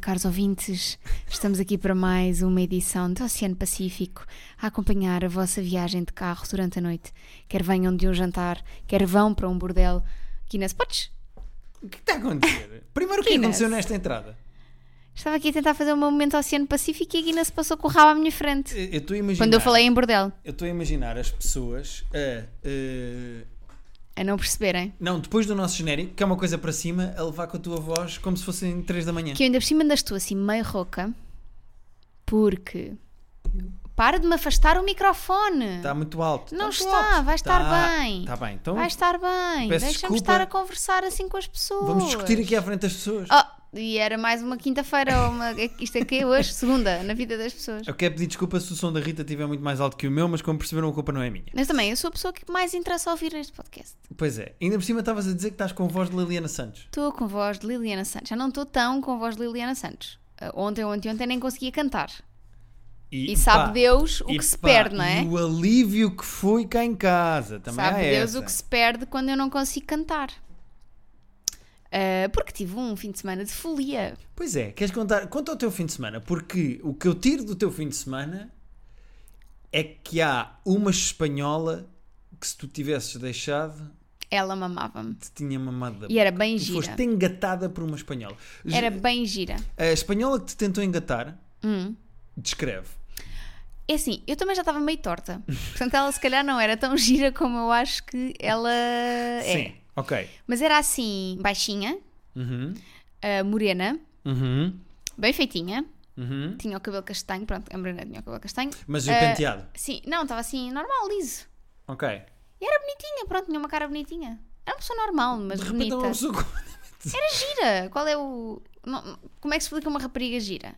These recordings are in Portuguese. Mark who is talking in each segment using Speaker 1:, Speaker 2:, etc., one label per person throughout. Speaker 1: caros ouvintes, estamos aqui para mais uma edição do Oceano Pacífico a acompanhar a vossa viagem de carro durante a noite. Quer venham de um jantar, quer vão para um bordel. Guinness, podes?
Speaker 2: O que está a acontecer? Primeiro, o que
Speaker 1: Guinness.
Speaker 2: aconteceu nesta entrada?
Speaker 1: Estava aqui a tentar fazer um momento Oceano Pacífico e a Guinness passou com o rabo à minha frente.
Speaker 2: Eu eu estou a imaginar.
Speaker 1: Quando eu falei em bordel,
Speaker 2: eu estou a imaginar as pessoas a. eh,
Speaker 1: a não perceberem.
Speaker 2: não, depois do nosso genérico, que é uma coisa para cima, a levar com a tua voz como se fossem 3 da manhã.
Speaker 1: Que eu ainda por cima andas tu assim meio rouca, porque. Para de me afastar o microfone!
Speaker 2: Está muito alto.
Speaker 1: Não
Speaker 2: muito
Speaker 1: está,
Speaker 2: alto.
Speaker 1: vai estar
Speaker 2: Está-
Speaker 1: bem.
Speaker 2: Está bem, Tá. então
Speaker 1: Vai estar bem,
Speaker 2: peço
Speaker 1: deixa-me
Speaker 2: desculpa.
Speaker 1: estar a conversar assim com as pessoas.
Speaker 2: vamos discutir aqui à frente das pessoas.
Speaker 1: Oh, e era mais uma quinta-feira, ou uma... isto aqui é hoje, segunda, na vida das pessoas.
Speaker 2: Eu quero pedir desculpa se o som da Rita estiver muito mais alto que o meu, mas como perceberam, a culpa não é minha.
Speaker 1: Mas também, eu sou a pessoa que mais interessa ouvir este podcast.
Speaker 2: Pois é, ainda por cima estavas a dizer que estás com a voz de Liliana Santos.
Speaker 1: Estou com voz de Liliana Santos, já não estou tão com voz de Liliana Santos. Ah, Ontem, ontem, ontem nem conseguia cantar. E sabe
Speaker 2: pá,
Speaker 1: Deus o
Speaker 2: e
Speaker 1: que se
Speaker 2: pá,
Speaker 1: perde, não é?
Speaker 2: E o alívio que foi cá em casa também
Speaker 1: Sabe
Speaker 2: é
Speaker 1: Deus
Speaker 2: essa.
Speaker 1: o que se perde quando eu não consigo cantar. Ah, porque tive um fim de semana de folia.
Speaker 2: Pois é, queres contar? Conta o teu fim de semana, porque o que eu tiro do teu fim de semana é que há uma espanhola que se tu tivesses deixado,
Speaker 1: Ela mamava-me.
Speaker 2: te tinha mamado da
Speaker 1: E era bem
Speaker 2: boca.
Speaker 1: gira.
Speaker 2: Foste engatada por uma espanhola. Ju-
Speaker 1: Era bem gira.
Speaker 2: A espanhola que te tentou engatar,
Speaker 1: Hum.
Speaker 2: descreve.
Speaker 1: É assim, eu também já estava meio torta. Portanto, ela se calhar não era tão gira como eu acho que ela é.
Speaker 2: Sim, ok.
Speaker 1: Mas era assim, baixinha,
Speaker 2: Uhum,
Speaker 1: ah, morena,
Speaker 2: uhum,
Speaker 1: bem feitinha,
Speaker 2: uhum.
Speaker 1: tinha o cabelo castanho, pronto, a morena tinha o cabelo castanho.
Speaker 2: Mas e o
Speaker 1: Ah,
Speaker 2: penteado?
Speaker 1: Sim, não, estava assim, normal, liso.
Speaker 2: Ok.
Speaker 1: E era bonitinha, pronto, tinha uma cara bonitinha. Era uma pessoa normal, mas
Speaker 2: De repente
Speaker 1: bonita.
Speaker 2: há uma pessoa com-
Speaker 1: Era gira, qual é o... não- como é que se explica uma rapariga gira?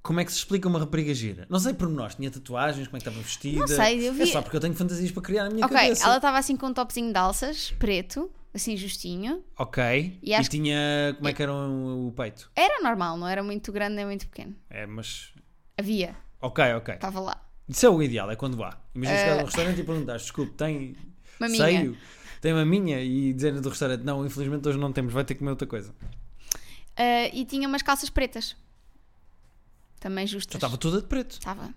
Speaker 2: Como é que se explica uma rapariga gira? Não sei pormenores, tinha tatuagens, como é que estava vestida.
Speaker 1: Não sei, eu
Speaker 2: É
Speaker 1: vi-
Speaker 2: só porque eu tenho fantasias para criar na minha
Speaker 1: Ok,
Speaker 2: cabeça.
Speaker 1: ela estava assim com um topzinho de alças, preto, assim justinho.
Speaker 2: Ok.
Speaker 1: E
Speaker 2: E,
Speaker 1: acho que-
Speaker 2: tinha. Como é que era o, o peito?
Speaker 1: Era normal, não era muito grande nem muito pequeno.
Speaker 2: É, mas.
Speaker 1: Havia,
Speaker 2: Ok, ok.
Speaker 1: estava lá.
Speaker 2: Isso é o ideal, é quando há. Imagina
Speaker 1: Eh,
Speaker 2: chegar a um restaurante e perguntar: desculpe, tem.
Speaker 1: Maminha.
Speaker 2: Seio? Tem maminha? E dizer do restaurante: não, infelizmente hoje não temos, vai ter que comer outra coisa.
Speaker 1: Ah, e tinha umas calças pretas. Também
Speaker 2: Já
Speaker 1: justas.
Speaker 2: estava toda de preto.
Speaker 1: Estava.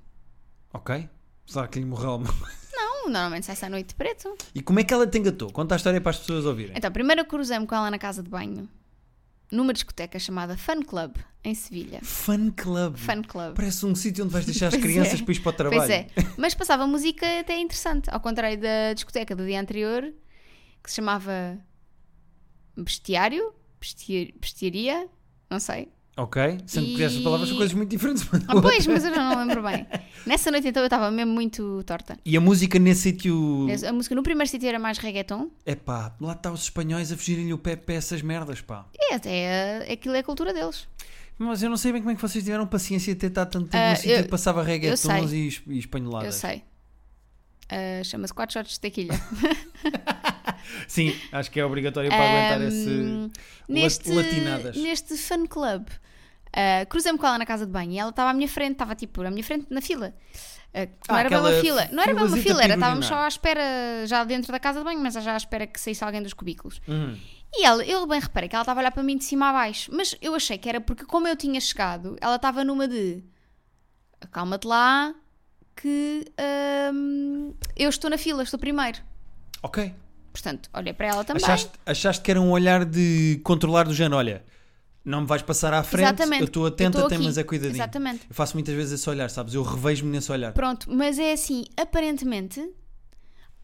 Speaker 2: Ok. Será que lhe morreu alguma coisa?
Speaker 1: Não, normalmente sai-se à noite de preto.
Speaker 2: E como é que ela te engatou? Conta a história para as pessoas ouvirem.
Speaker 1: Então, primeiro eu cruzei-me com ela na casa de banho, numa discoteca chamada Fun Club, em Sevilha.
Speaker 2: Fun Club.
Speaker 1: Fun Club.
Speaker 2: Parece um sítio onde vais deixar as
Speaker 1: Pois
Speaker 2: crianças
Speaker 1: é.
Speaker 2: para ir para o trabalho.
Speaker 1: Pois é. Mas passava música até interessante, ao contrário da discoteca do dia anterior, que se chamava Bestiário? Besti- Bestiaria? Não sei.
Speaker 2: Ok? Sendo que
Speaker 1: E-
Speaker 2: essas palavras são coisas muito diferentes. uma da
Speaker 1: Ah, pois,
Speaker 2: outra.
Speaker 1: mas eu já não lembro bem. Nessa noite então eu estava mesmo muito torta.
Speaker 2: E a música nesse sítio.
Speaker 1: A música no primeiro sítio era mais reggaeton,
Speaker 2: É pá, lá está os espanhóis a fugirem-lhe o pé para essas merdas, pá.
Speaker 1: É, até uh, aquilo é a cultura deles.
Speaker 2: Mas eu não sei bem como é que vocês tiveram paciência de tentar tanto tempo
Speaker 1: Ah,
Speaker 2: num sítio
Speaker 1: eu-
Speaker 2: que passava
Speaker 1: eu
Speaker 2: reggaetons
Speaker 1: sei.
Speaker 2: e, es- e espanholadas.
Speaker 1: Eu sei. Uh, Chama-se 4 shots de tequilha.
Speaker 2: Sim, acho que é obrigatório para aguentar esse.
Speaker 1: neste,
Speaker 2: latinadas.
Speaker 1: neste fan club, uh, cruzei-me com ela na casa de banho e ela estava à minha frente, estava tipo à minha frente na fila. Uh, que não
Speaker 2: Ah,
Speaker 1: era bem uma
Speaker 2: aquela
Speaker 1: fila, não era bem uma
Speaker 2: filazita
Speaker 1: fila, era
Speaker 2: pequenina.
Speaker 1: estávamos só à espera, já dentro da casa de banho, mas já à espera que saísse alguém dos cubículos.
Speaker 2: Hum,
Speaker 1: E ela, eu bem reparei que ela estava a olhar para mim de cima a baixo, mas eu achei que era porque, como eu tinha chegado, ela estava numa de acalma-te lá, que hum, eu estou na fila, estou primeiro.
Speaker 2: ok.
Speaker 1: Portanto, olhei para ela também.
Speaker 2: Achaste, achaste que era um olhar de controlar do género, olha, não me vais passar à frente,
Speaker 1: Exatamente.
Speaker 2: eu estou atenta,
Speaker 1: Eu estou
Speaker 2: até,
Speaker 1: aqui.
Speaker 2: mas é cuidadinho.
Speaker 1: Exatamente.
Speaker 2: Eu faço muitas vezes esse olhar, sabes? Eu revejo-me nesse olhar.
Speaker 1: Pronto, mas é assim, aparentemente.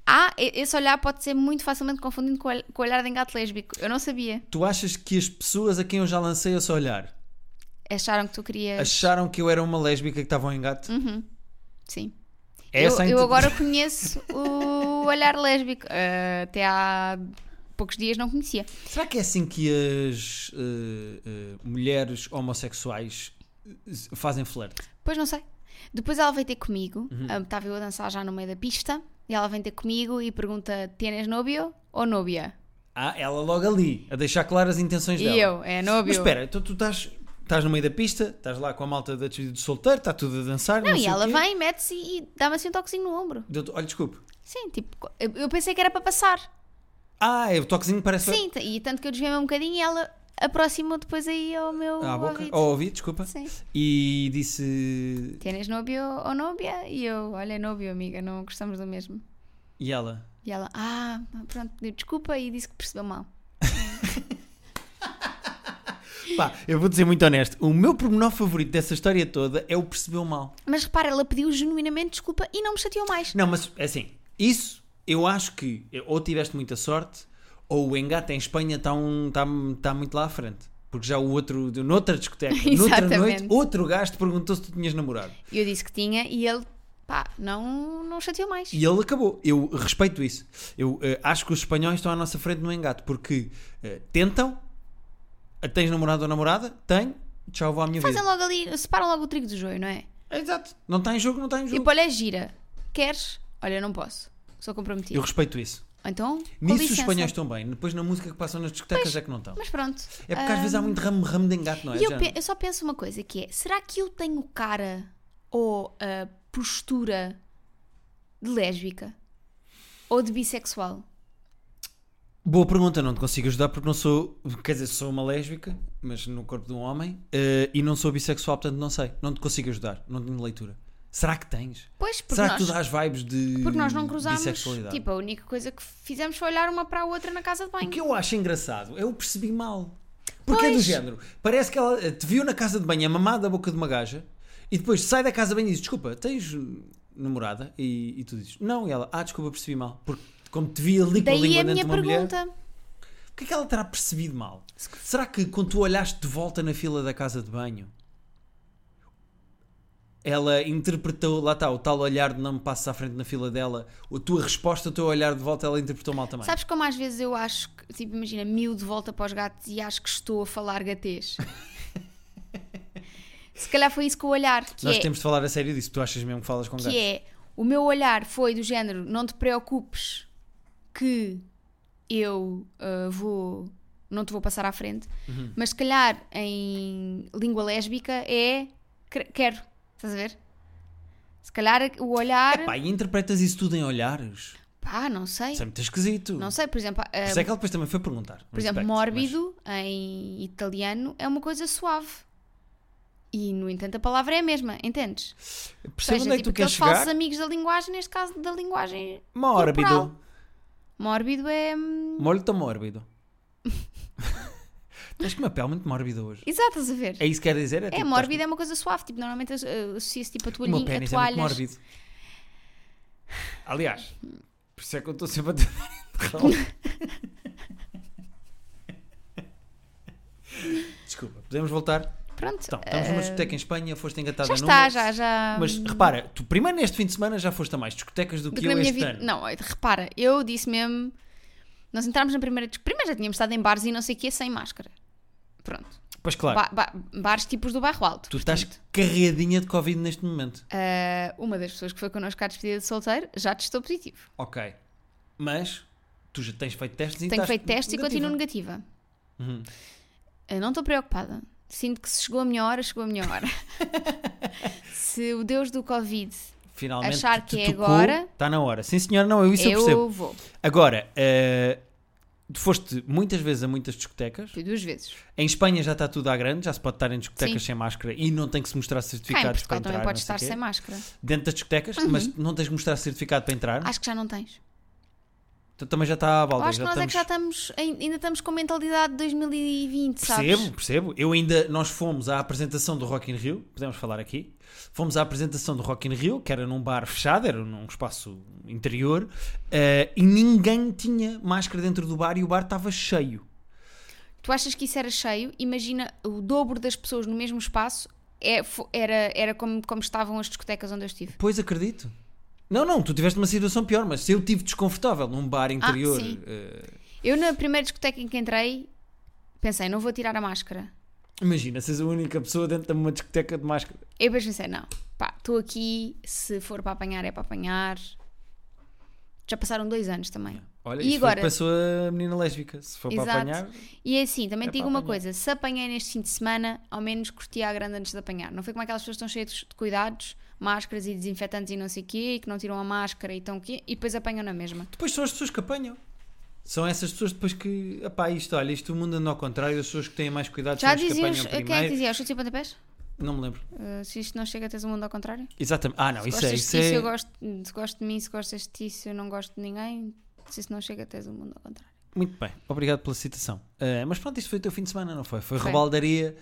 Speaker 1: Ah, e- esse olhar pode ser muito facilmente confundido com o olh- com o olhar de engate lésbico. Eu não sabia.
Speaker 2: Tu achas que as pessoas a quem eu já lancei esse olhar
Speaker 1: Acharam que tu querias.
Speaker 2: acharam que eu era uma lésbica que estava ao engate?
Speaker 1: Sim.
Speaker 2: É
Speaker 1: eu,
Speaker 2: essa a
Speaker 1: Uhum. eu
Speaker 2: interpretação?
Speaker 1: agora conheço o olhar lésbico. Eh, até há poucos dias não conhecia.
Speaker 2: Será que é assim que as eh, eh, mulheres homossexuais eh, fazem flerte?
Speaker 1: Pois não sei. Depois ela veio ter comigo.
Speaker 2: Uhum.
Speaker 1: Ah, Estava eu a dançar já no meio da pista. E ela vem ter comigo e pergunta: Tienes novio ou novia?
Speaker 2: Ah, ela logo ali, a deixar claras as intenções dela.
Speaker 1: E eu, é novio.
Speaker 2: Mas espera, então tu estás, estás no meio da pista, estás lá com a malta da despedida de solteiro, está tudo a dançar. Não,
Speaker 1: Não, e
Speaker 2: sei o
Speaker 1: ela
Speaker 2: quê.
Speaker 1: vem, mete-se e dá-me assim um toquezinho no ombro.
Speaker 2: Deu- Olha, desculpe.
Speaker 1: Sim, tipo, co- eu eu pensei que era para passar.
Speaker 2: Ah, é o toquezinho parece.
Speaker 1: Sim, t- e tanto que eu desviei-me um bocadinho e ela aproximou depois aí ao meu
Speaker 2: à Ah, boca, Oh.
Speaker 1: ouvido.
Speaker 2: ao ouvido, desculpa,
Speaker 1: Sim.
Speaker 2: e disse.
Speaker 1: Tienes novio ou novia? E eu, olha, novio, amiga, não gostamos do mesmo.
Speaker 2: E ela?
Speaker 1: E ela, ah, pronto, pediu desculpa e disse que percebeu mal.
Speaker 2: Pá, eu vou dizer muito honesto: o meu pormenor favorito dessa história toda é o percebeu mal.
Speaker 1: Mas repara, ela pediu genuinamente desculpa e não me chateou mais.
Speaker 2: Não, mas é assim, isso eu acho que ou tiveste muita sorte ou o engate em Espanha está um, tá, tá muito lá à frente. Porque já o outro, noutra discoteca, noutra
Speaker 1: Exatamente.
Speaker 2: noite, outro gajo te perguntou se tu tinhas namorado.
Speaker 1: E eu disse que tinha e ele, pá, não, não chateou mais.
Speaker 2: E ele acabou. Eu respeito isso. Eu eh, acho que os espanhóis estão à nossa frente no engate porque eh, tentam. eh, Tens namorado ou namorada? Tenho. Tchau, vou à minha
Speaker 1: Fazem
Speaker 2: vida.
Speaker 1: logo ali, separam logo o trigo do joio, não é?
Speaker 2: Exato. Não está em jogo, não está em jogo.
Speaker 1: Tipo, olha, gira, queres? Olha, não posso, sou comprometido.
Speaker 2: Eu respeito isso.
Speaker 1: Então, com
Speaker 2: Nisso os
Speaker 1: licença.
Speaker 2: espanhóis estão bem. Depois na música que passam nas discotecas é que não estão.
Speaker 1: Mas pronto.
Speaker 2: É porque às
Speaker 1: ah,
Speaker 2: vezes há muito ramo, ramo de engate, não é?
Speaker 1: E eu,
Speaker 2: Já-
Speaker 1: pe- eu só penso uma coisa que é, será que eu tenho cara ou ah, postura de lésbica? Ou de bissexual?
Speaker 2: Boa pergunta, não te consigo ajudar porque não sou. Quer dizer, sou uma lésbica, mas no corpo de um homem. eh, e não sou bissexual, portanto não sei. Não te consigo ajudar. Não tenho leitura. Será que tens?
Speaker 1: Pois, porque
Speaker 2: Será
Speaker 1: nós...
Speaker 2: que tu dás vibes de.
Speaker 1: Porque nós não cruzámos.
Speaker 2: bissexualidade?
Speaker 1: Tipo, a única coisa que fizemos foi olhar uma para a outra na casa de
Speaker 2: O
Speaker 1: banho.
Speaker 2: que eu acho engraçado é eu percebi mal. Porque é do
Speaker 1: Pois.
Speaker 2: género. Parece que ela eh, te viu na casa de banho a mamar da boca de uma gaja e depois sai da casa de banho e diz: Desculpa, tens uh, namorada? E, e tu dizes: Não. E ela: Ah, desculpa, percebi mal. Porque como te vi ali com a
Speaker 1: Daí é
Speaker 2: língua
Speaker 1: a
Speaker 2: dentro de
Speaker 1: minha
Speaker 2: uma mulher.
Speaker 1: pergunta.
Speaker 2: O que é que ela terá percebido mal? Será que quando tu olhaste de volta na fila da casa de banho, ela interpretou, lá está, o tal olhar de não me passes à frente na fila dela, a tua resposta, o teu olhar de volta, ela interpretou mal também.
Speaker 1: Sabes como às vezes eu acho que, tipo, imagina, mil de volta para os gatos e acho que estou a falar gatês. Se calhar foi isso que o olhar, que
Speaker 2: Nós
Speaker 1: é,
Speaker 2: temos de falar a sério disso. Tu achas mesmo que falas com gatos?
Speaker 1: que é, o meu olhar foi do género, não te preocupes que eu ah, vou, não te vou passar à frente,
Speaker 2: Uhum.
Speaker 1: mas se calhar em língua lésbica é, "Quer- quero, estás a ver? Se calhar o olhar,
Speaker 2: Pá, e interpretas isso tudo em olhares?
Speaker 1: pá, não sei,
Speaker 2: Isso é muito esquisito.
Speaker 1: não sei, por exemplo, ah,
Speaker 2: Por isso é que ela depois também foi perguntar.
Speaker 1: Por exemplo,
Speaker 2: Respeito,
Speaker 1: mórbido em italiano é uma coisa suave. E, no entanto, a palavra é a mesma, entendes?
Speaker 2: mas
Speaker 1: Ou
Speaker 2: Percebe
Speaker 1: seja,
Speaker 2: onde é que
Speaker 1: tipo
Speaker 2: tu queres
Speaker 1: aqueles falsos
Speaker 2: chegar?
Speaker 1: amigos da linguagem, neste caso da linguagem. corporal.
Speaker 2: Mórbido.
Speaker 1: Mórbido é. hum,
Speaker 2: Molto mórbido. Tens que uma pele muito mórbida hoje.
Speaker 1: Exato, estás a ver?
Speaker 2: É isso que quer dizer?
Speaker 1: É, mórbido é uma coisa suave, tipo, normalmente as- eh, associa-se tipo a
Speaker 2: O meu
Speaker 1: toalhinha, a
Speaker 2: pênis é muito
Speaker 1: toalhas.
Speaker 2: mórbido. Aliás, por isso é que eu estou sempre a tentar Desculpa, podemos voltar?
Speaker 1: Pronto.
Speaker 2: Então, estamos numa
Speaker 1: eh,
Speaker 2: discoteca em Espanha, foste engatada
Speaker 1: já
Speaker 2: numa.
Speaker 1: está, já, já.
Speaker 2: Mas repara, tu primeiro neste fim de semana já foste a mais discotecas do,
Speaker 1: do
Speaker 2: que,
Speaker 1: que
Speaker 2: eu
Speaker 1: na minha
Speaker 2: este
Speaker 1: vida.
Speaker 2: ano.
Speaker 1: Não, eh, repara, eu disse mesmo. Nós entramos na primeira. dis- Primeiro já tínhamos estado em bares e não sei o quê sem máscara. Pronto.
Speaker 2: Pois claro,
Speaker 1: Ba- ba- bares tipos do bairro alto.
Speaker 2: tu estás carreadinha de Covid neste momento.
Speaker 1: Ah, uma das pessoas que foi connosco à despedida de solteiro já testou positivo.
Speaker 2: Ok. Mas tu já tens feito testes e
Speaker 1: Tenho
Speaker 2: estás
Speaker 1: feito testes e
Speaker 2: tá negativa. Uhum.
Speaker 1: continuo negativa. Eu não estou preocupada. Sinto que se chegou a minha hora, chegou a minha hora. se o Deus do Covid,
Speaker 2: Finalmente,
Speaker 1: Achar
Speaker 2: te
Speaker 1: que é
Speaker 2: tocou,
Speaker 1: agora.
Speaker 2: Está na hora. Sim, senhora, não, eu isso eu,
Speaker 1: eu,
Speaker 2: percebo.
Speaker 1: vou.
Speaker 2: Agora, eh, tu foste muitas vezes a muitas discotecas.
Speaker 1: Fui duas vezes.
Speaker 2: Em Espanha já está tudo à grande, já se pode estar em discotecas
Speaker 1: Sim.
Speaker 2: sem máscara e não tem que se mostrar
Speaker 1: Cá em
Speaker 2: certificados para
Speaker 1: Portugal
Speaker 2: entrar.
Speaker 1: também podes
Speaker 2: não sei
Speaker 1: estar
Speaker 2: quê.
Speaker 1: sem máscara.
Speaker 2: Dentro das discotecas, mas não tens que mostrar certificado para entrar.
Speaker 1: Acho que já não tens.
Speaker 2: Então também já está à
Speaker 1: Eu
Speaker 2: balda.
Speaker 1: acho que nós
Speaker 2: Ah. já
Speaker 1: é que já estamos, ain- ainda estamos com a mentalidade de 2020, sabes?
Speaker 2: Percebo, percebo. Eu ainda, nós fomos à apresentação do Rock in Rio, podemos falar aqui. Fomos à apresentação do Rock in Rio, que era num bar fechado, era num espaço interior, eh, e ninguém tinha máscara dentro do bar e o bar estava cheio.
Speaker 1: Tu achas que isso era cheio? Imagina o dobro das pessoas no mesmo espaço é, fo- era, era como, como estavam as discotecas onde eu estive.
Speaker 2: Pois acredito. Não, não, tu tiveste uma situação pior, mas eu tive desconfortável num bar interior.
Speaker 1: Ah, sim.
Speaker 2: eh,
Speaker 1: Eu na primeira discoteca em que entrei pensei, não vou tirar a máscara.
Speaker 2: imagina, seres a única pessoa dentro de uma discoteca de máscara.
Speaker 1: Eu depois pensei, não, pá, estou aqui, se for para apanhar é para apanhar. Já passaram dois anos também.
Speaker 2: Olha,
Speaker 1: E
Speaker 2: isso foi o que
Speaker 1: agora?
Speaker 2: passou a menina lésbica. Se for para
Speaker 1: Exato.
Speaker 2: apanhar,
Speaker 1: E é assim, também
Speaker 2: É
Speaker 1: te digo
Speaker 2: para
Speaker 1: uma
Speaker 2: apanhar.
Speaker 1: coisa, se apanhei neste fim de semana, ao menos curti à grande antes de apanhar. Não foi como aquelas pessoas que estão cheias de cuidados, máscaras e desinfetantes e não sei o quê, e que não tiram a máscara e estão aqui, e depois apanham na mesma.
Speaker 2: depois são as pessoas que apanham. São essas pessoas depois que, epá, isto, olha, isto o mundo anda ao contrário, as pessoas que têm mais cuidado
Speaker 1: Já
Speaker 2: são as que
Speaker 1: diziam.
Speaker 2: apanham
Speaker 1: Quem é que
Speaker 2: primeiro.
Speaker 1: dizia? Os chutes e pontapés?
Speaker 2: Não me lembro.
Speaker 1: Eh, se isto não chega, tens o mundo ao contrário?
Speaker 2: Exatamente. Ah, não,
Speaker 1: Se
Speaker 2: isso é,
Speaker 1: gostas
Speaker 2: isso
Speaker 1: de ti,
Speaker 2: é-
Speaker 1: se eu gosto, se gosto de mim, se gostas de ti, se eu não gosto de ninguém, se isso não chega, tens o mundo ao contrário.
Speaker 2: Muito bem, obrigado pela citação. Eh, mas pronto, isto foi o teu fim de semana, não foi? Foi,
Speaker 1: Foi.
Speaker 2: rebaldaria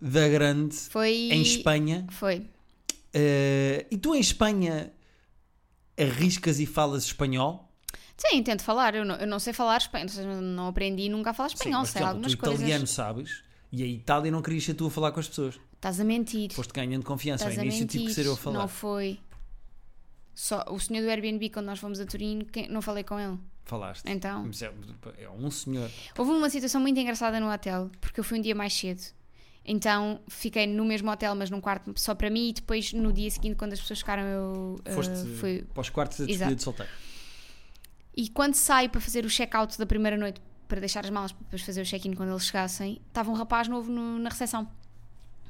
Speaker 2: da grande
Speaker 1: Foi.
Speaker 2: em Espanha.
Speaker 1: Foi.
Speaker 2: Eh, e tu em Espanha arriscas e falas espanhol?
Speaker 1: Sim, tento falar. Eu não, eu não sei falar espanhol. ou seja, Não aprendi nunca a falar espanhol.
Speaker 2: mas, por
Speaker 1: sei
Speaker 2: exemplo,
Speaker 1: algumas
Speaker 2: tu
Speaker 1: coisas.
Speaker 2: italiano sabes e a Itália não querias ser tu a falar com as pessoas.
Speaker 1: Estás a mentir.
Speaker 2: Foste ganhando confiança. Ao
Speaker 1: Estás a
Speaker 2: início tive que ser eu a
Speaker 1: mentir.
Speaker 2: falar.
Speaker 1: Não foi. Só, o senhor do Airbnb, quando nós fomos a Turim, quem- não falei com ele.
Speaker 2: Falaste.
Speaker 1: Então.
Speaker 2: Mas é, é um senhor.
Speaker 1: Houve uma situação muito engraçada no hotel, porque eu fui um dia mais cedo. Então fiquei no mesmo hotel, mas num quarto só para mim, e depois no dia seguinte, quando as pessoas ficaram, eu ah,
Speaker 2: Foste
Speaker 1: fui.
Speaker 2: para os quartos da
Speaker 1: Exato.
Speaker 2: despedida de solteiro.
Speaker 1: E quando saio para fazer o check-out da primeira noite, para deixar as malas para depois fazer o check-in quando eles chegassem, estava um rapaz novo no- na recepção.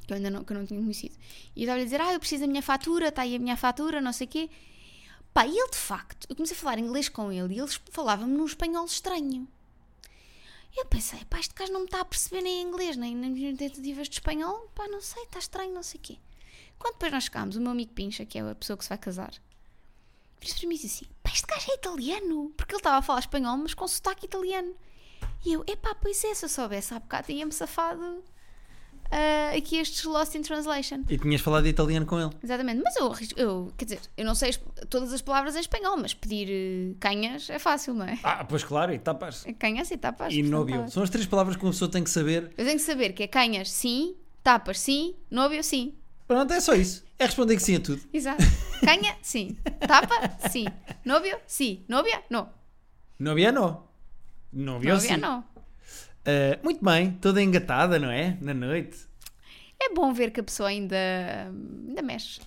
Speaker 1: Que eu ainda não, que eu não tinha conhecido. E eu estava a dizer: Ah, eu preciso da minha fatura, está aí a minha fatura, não sei o quê. Pá, e ele de facto, eu comecei a falar inglês com ele e ele falava-me num espanhol estranho. E eu pensei: Pá, este gajo não me está a perceber nem em inglês, nem nas minhas tentativas de espanhol. Pá, não sei, está estranho, não sei o quê. Quando depois nós chegámos, o meu amigo Pincha, que é a pessoa que se vai casar, disse para mim disse assim: pá, este gajo é italiano, porque ele estava a falar espanhol, mas com sotaque italiano. E eu, epá, pois é, se eu soubesse há bocado tinha-me safado ah, aqui estes Lost in Translation.
Speaker 2: E tinhas falado italiano com ele.
Speaker 1: Exatamente, mas eu arrisco, eu, quer dizer, eu não sei es- todas as palavras em espanhol, mas pedir eh, canhas é fácil, não é?
Speaker 2: Ah, pois claro, e tapas.
Speaker 1: Canhas e tapas.
Speaker 2: E
Speaker 1: portanto,
Speaker 2: nobio.
Speaker 1: tá-
Speaker 2: São as três palavras que uma pessoa tem que saber.
Speaker 1: Eu tenho que saber que é canhas sim, tapas sim, nobio sim.
Speaker 2: Pronto, é só isso. É responder que sim a tudo.
Speaker 1: Exato. Canha, sim. Tapa, sim. Nobio, sim. Nobia, não.
Speaker 2: Não havia não. Não havia
Speaker 1: Nobia,
Speaker 2: sim.
Speaker 1: não.
Speaker 2: Ah, muito bem, toda engatada, não é? Na noite.
Speaker 1: É bom ver que a pessoa ainda, ainda mexe.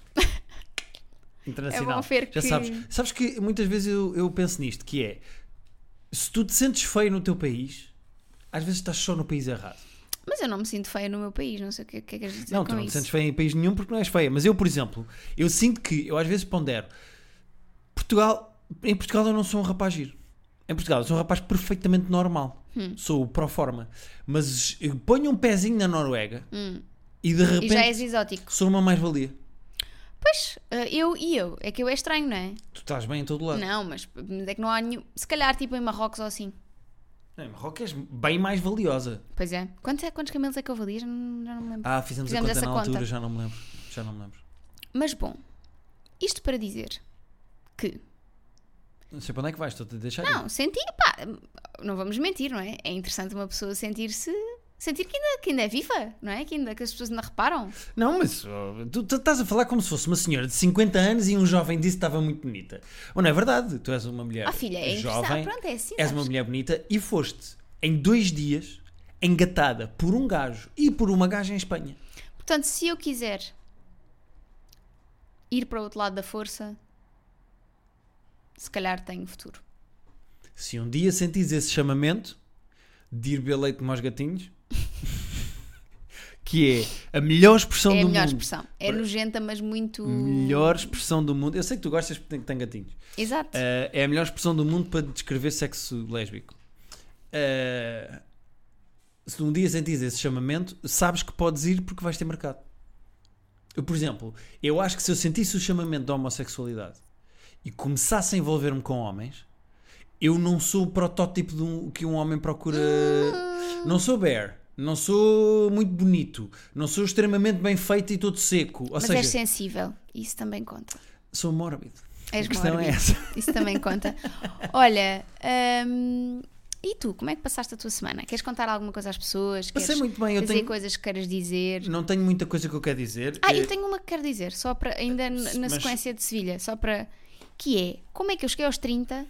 Speaker 2: Internacional.
Speaker 1: É bom ver
Speaker 2: Já
Speaker 1: que-
Speaker 2: sabes. Sabes que muitas vezes eu, eu penso nisto, que é... Se tu te sentes feio no teu país, às vezes estás só no país errado.
Speaker 1: Mas eu não me sinto feia no meu país, não sei o que, o que é que queres dizer
Speaker 2: Não,
Speaker 1: com
Speaker 2: tu não te
Speaker 1: isso.
Speaker 2: sentes feia em país nenhum porque não és feia. Mas eu, por exemplo, eu sinto que, eu às vezes pondero, Portugal, em Portugal eu não sou um rapaz giro. Em Portugal eu sou um rapaz perfeitamente normal.
Speaker 1: Hum.
Speaker 2: Sou o pro forma. Mas eu ponho um pezinho na Noruega e de
Speaker 1: Hum. E
Speaker 2: repente
Speaker 1: já és exótico.
Speaker 2: sou uma mais-valia.
Speaker 1: Pois, eh, eu e eu, é que eu é estranho, não é?
Speaker 2: Tu estás bem em todo lado.
Speaker 1: Não, mas mas é que não há nenhum. Se calhar, tipo em Marrocos ou assim.
Speaker 2: Não, em Marrocos és bem mais valiosa.
Speaker 1: Pois é. Quantos, é- quantos camelos é que eu valia? Já não, já não me lembro.
Speaker 2: Ah, fizemos,
Speaker 1: Fizemos
Speaker 2: a conta
Speaker 1: essa
Speaker 2: na
Speaker 1: conta.
Speaker 2: altura, já não me lembro. Já não me lembro.
Speaker 1: Mas bom, isto para dizer que.
Speaker 2: Não sei para onde é que vais, estou-te a deixar ir.
Speaker 1: Não, senti, pá, não vamos mentir, não é? É interessante uma pessoa sentir-se. Sentir que ainda, que ainda é viva, não é? Que ainda que as pessoas ainda reparam.
Speaker 2: Não, mas oh, tu, tu estás a falar como se fosse uma senhora de 50 anos e um jovem disse que estava muito bonita. Ou não é verdade? Tu és uma mulher
Speaker 1: Ah, filha, é interessante.
Speaker 2: jovem,
Speaker 1: Ah, pronto, é assim.
Speaker 2: és
Speaker 1: sabes?
Speaker 2: uma mulher bonita e foste em dois dias engatada por um gajo e por uma gaja em Espanha.
Speaker 1: Portanto, se eu quiser ir para o outro lado da força, se calhar tenho futuro.
Speaker 2: Se um dia sentires esse chamamento de ir beber leite como aos gatinhos, que é a melhor expressão
Speaker 1: é a
Speaker 2: do
Speaker 1: melhor
Speaker 2: mundo.
Speaker 1: expressão. É
Speaker 2: Para-
Speaker 1: nojenta, mas muito.
Speaker 2: Melhor expressão do mundo. Eu sei que tu gostas porque tem- tem gatinhos.
Speaker 1: Exato.
Speaker 2: Uh, é a melhor expressão do mundo para descrever sexo lésbico. Uh, se um dia sentires esse chamamento, sabes que podes ir porque vais ter mercado. Eu, por exemplo, eu acho que se eu sentisse o chamamento da homossexualidade e começasse a envolver-me com homens, eu não sou o protótipo de um- que um homem procura. Não sou bear. Não sou muito bonito, não sou extremamente bem feito e todo seco. Ou
Speaker 1: mas é
Speaker 2: seja,
Speaker 1: és sensível. Isso também conta.
Speaker 2: sou mórbido.
Speaker 1: És
Speaker 2: a questão
Speaker 1: mórbido.
Speaker 2: é essa.
Speaker 1: Isso também conta. Olha, hum, e tu, como é que passaste a tua semana? Queres contar alguma coisa às pessoas?
Speaker 2: Passei
Speaker 1: Queres
Speaker 2: muito bem, eu
Speaker 1: dizer
Speaker 2: tenho-
Speaker 1: coisas que queiras dizer?
Speaker 2: Não tenho muita coisa que eu quero dizer.
Speaker 1: Ah,
Speaker 2: Eh,
Speaker 1: eu tenho uma que quero dizer, só para ainda n- na
Speaker 2: mas-
Speaker 1: sequência de Sevilha, só para que é como é que eu cheguei aos 30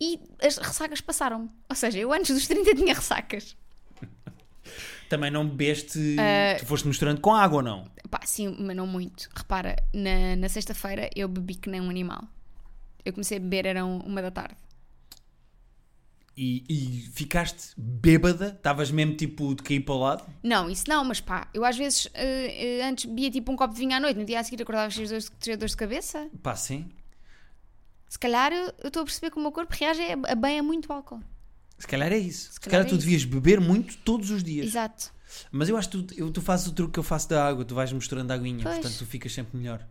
Speaker 1: e as ressacas passaram. Ou seja, eu antes dos 30 tinha ressacas.
Speaker 2: Também não bebeste.
Speaker 1: Ah.
Speaker 2: Tu foste misturando com água, não?
Speaker 1: Pá, sim, mas não muito. Repara, na, na sexta-feira eu bebi que nem um animal. Eu comecei a beber, eram uma da tarde.
Speaker 2: E, e ficaste bêbada? Estavas mesmo tipo de cair para o lado?
Speaker 1: Não, isso não, mas pá, eu às vezes eh, eh, antes bebia tipo um copo de vinho à noite, no dia a seguir acordava cheio de dores- cheia de dores de cabeça.
Speaker 2: Pá, sim.
Speaker 1: Se calhar eu eu estou a perceber que o meu corpo reage a, a bem a muito álcool.
Speaker 2: Se calhar é isso. Se,
Speaker 1: calhar
Speaker 2: calhar
Speaker 1: é
Speaker 2: tu
Speaker 1: isso.
Speaker 2: devias beber muito todos os dias.
Speaker 1: Exato.
Speaker 2: Mas eu acho que tu, eu- tu fazes o truque que eu faço da água, tu vais misturando a aguinha,
Speaker 1: Pois.
Speaker 2: portanto tu ficas sempre melhor.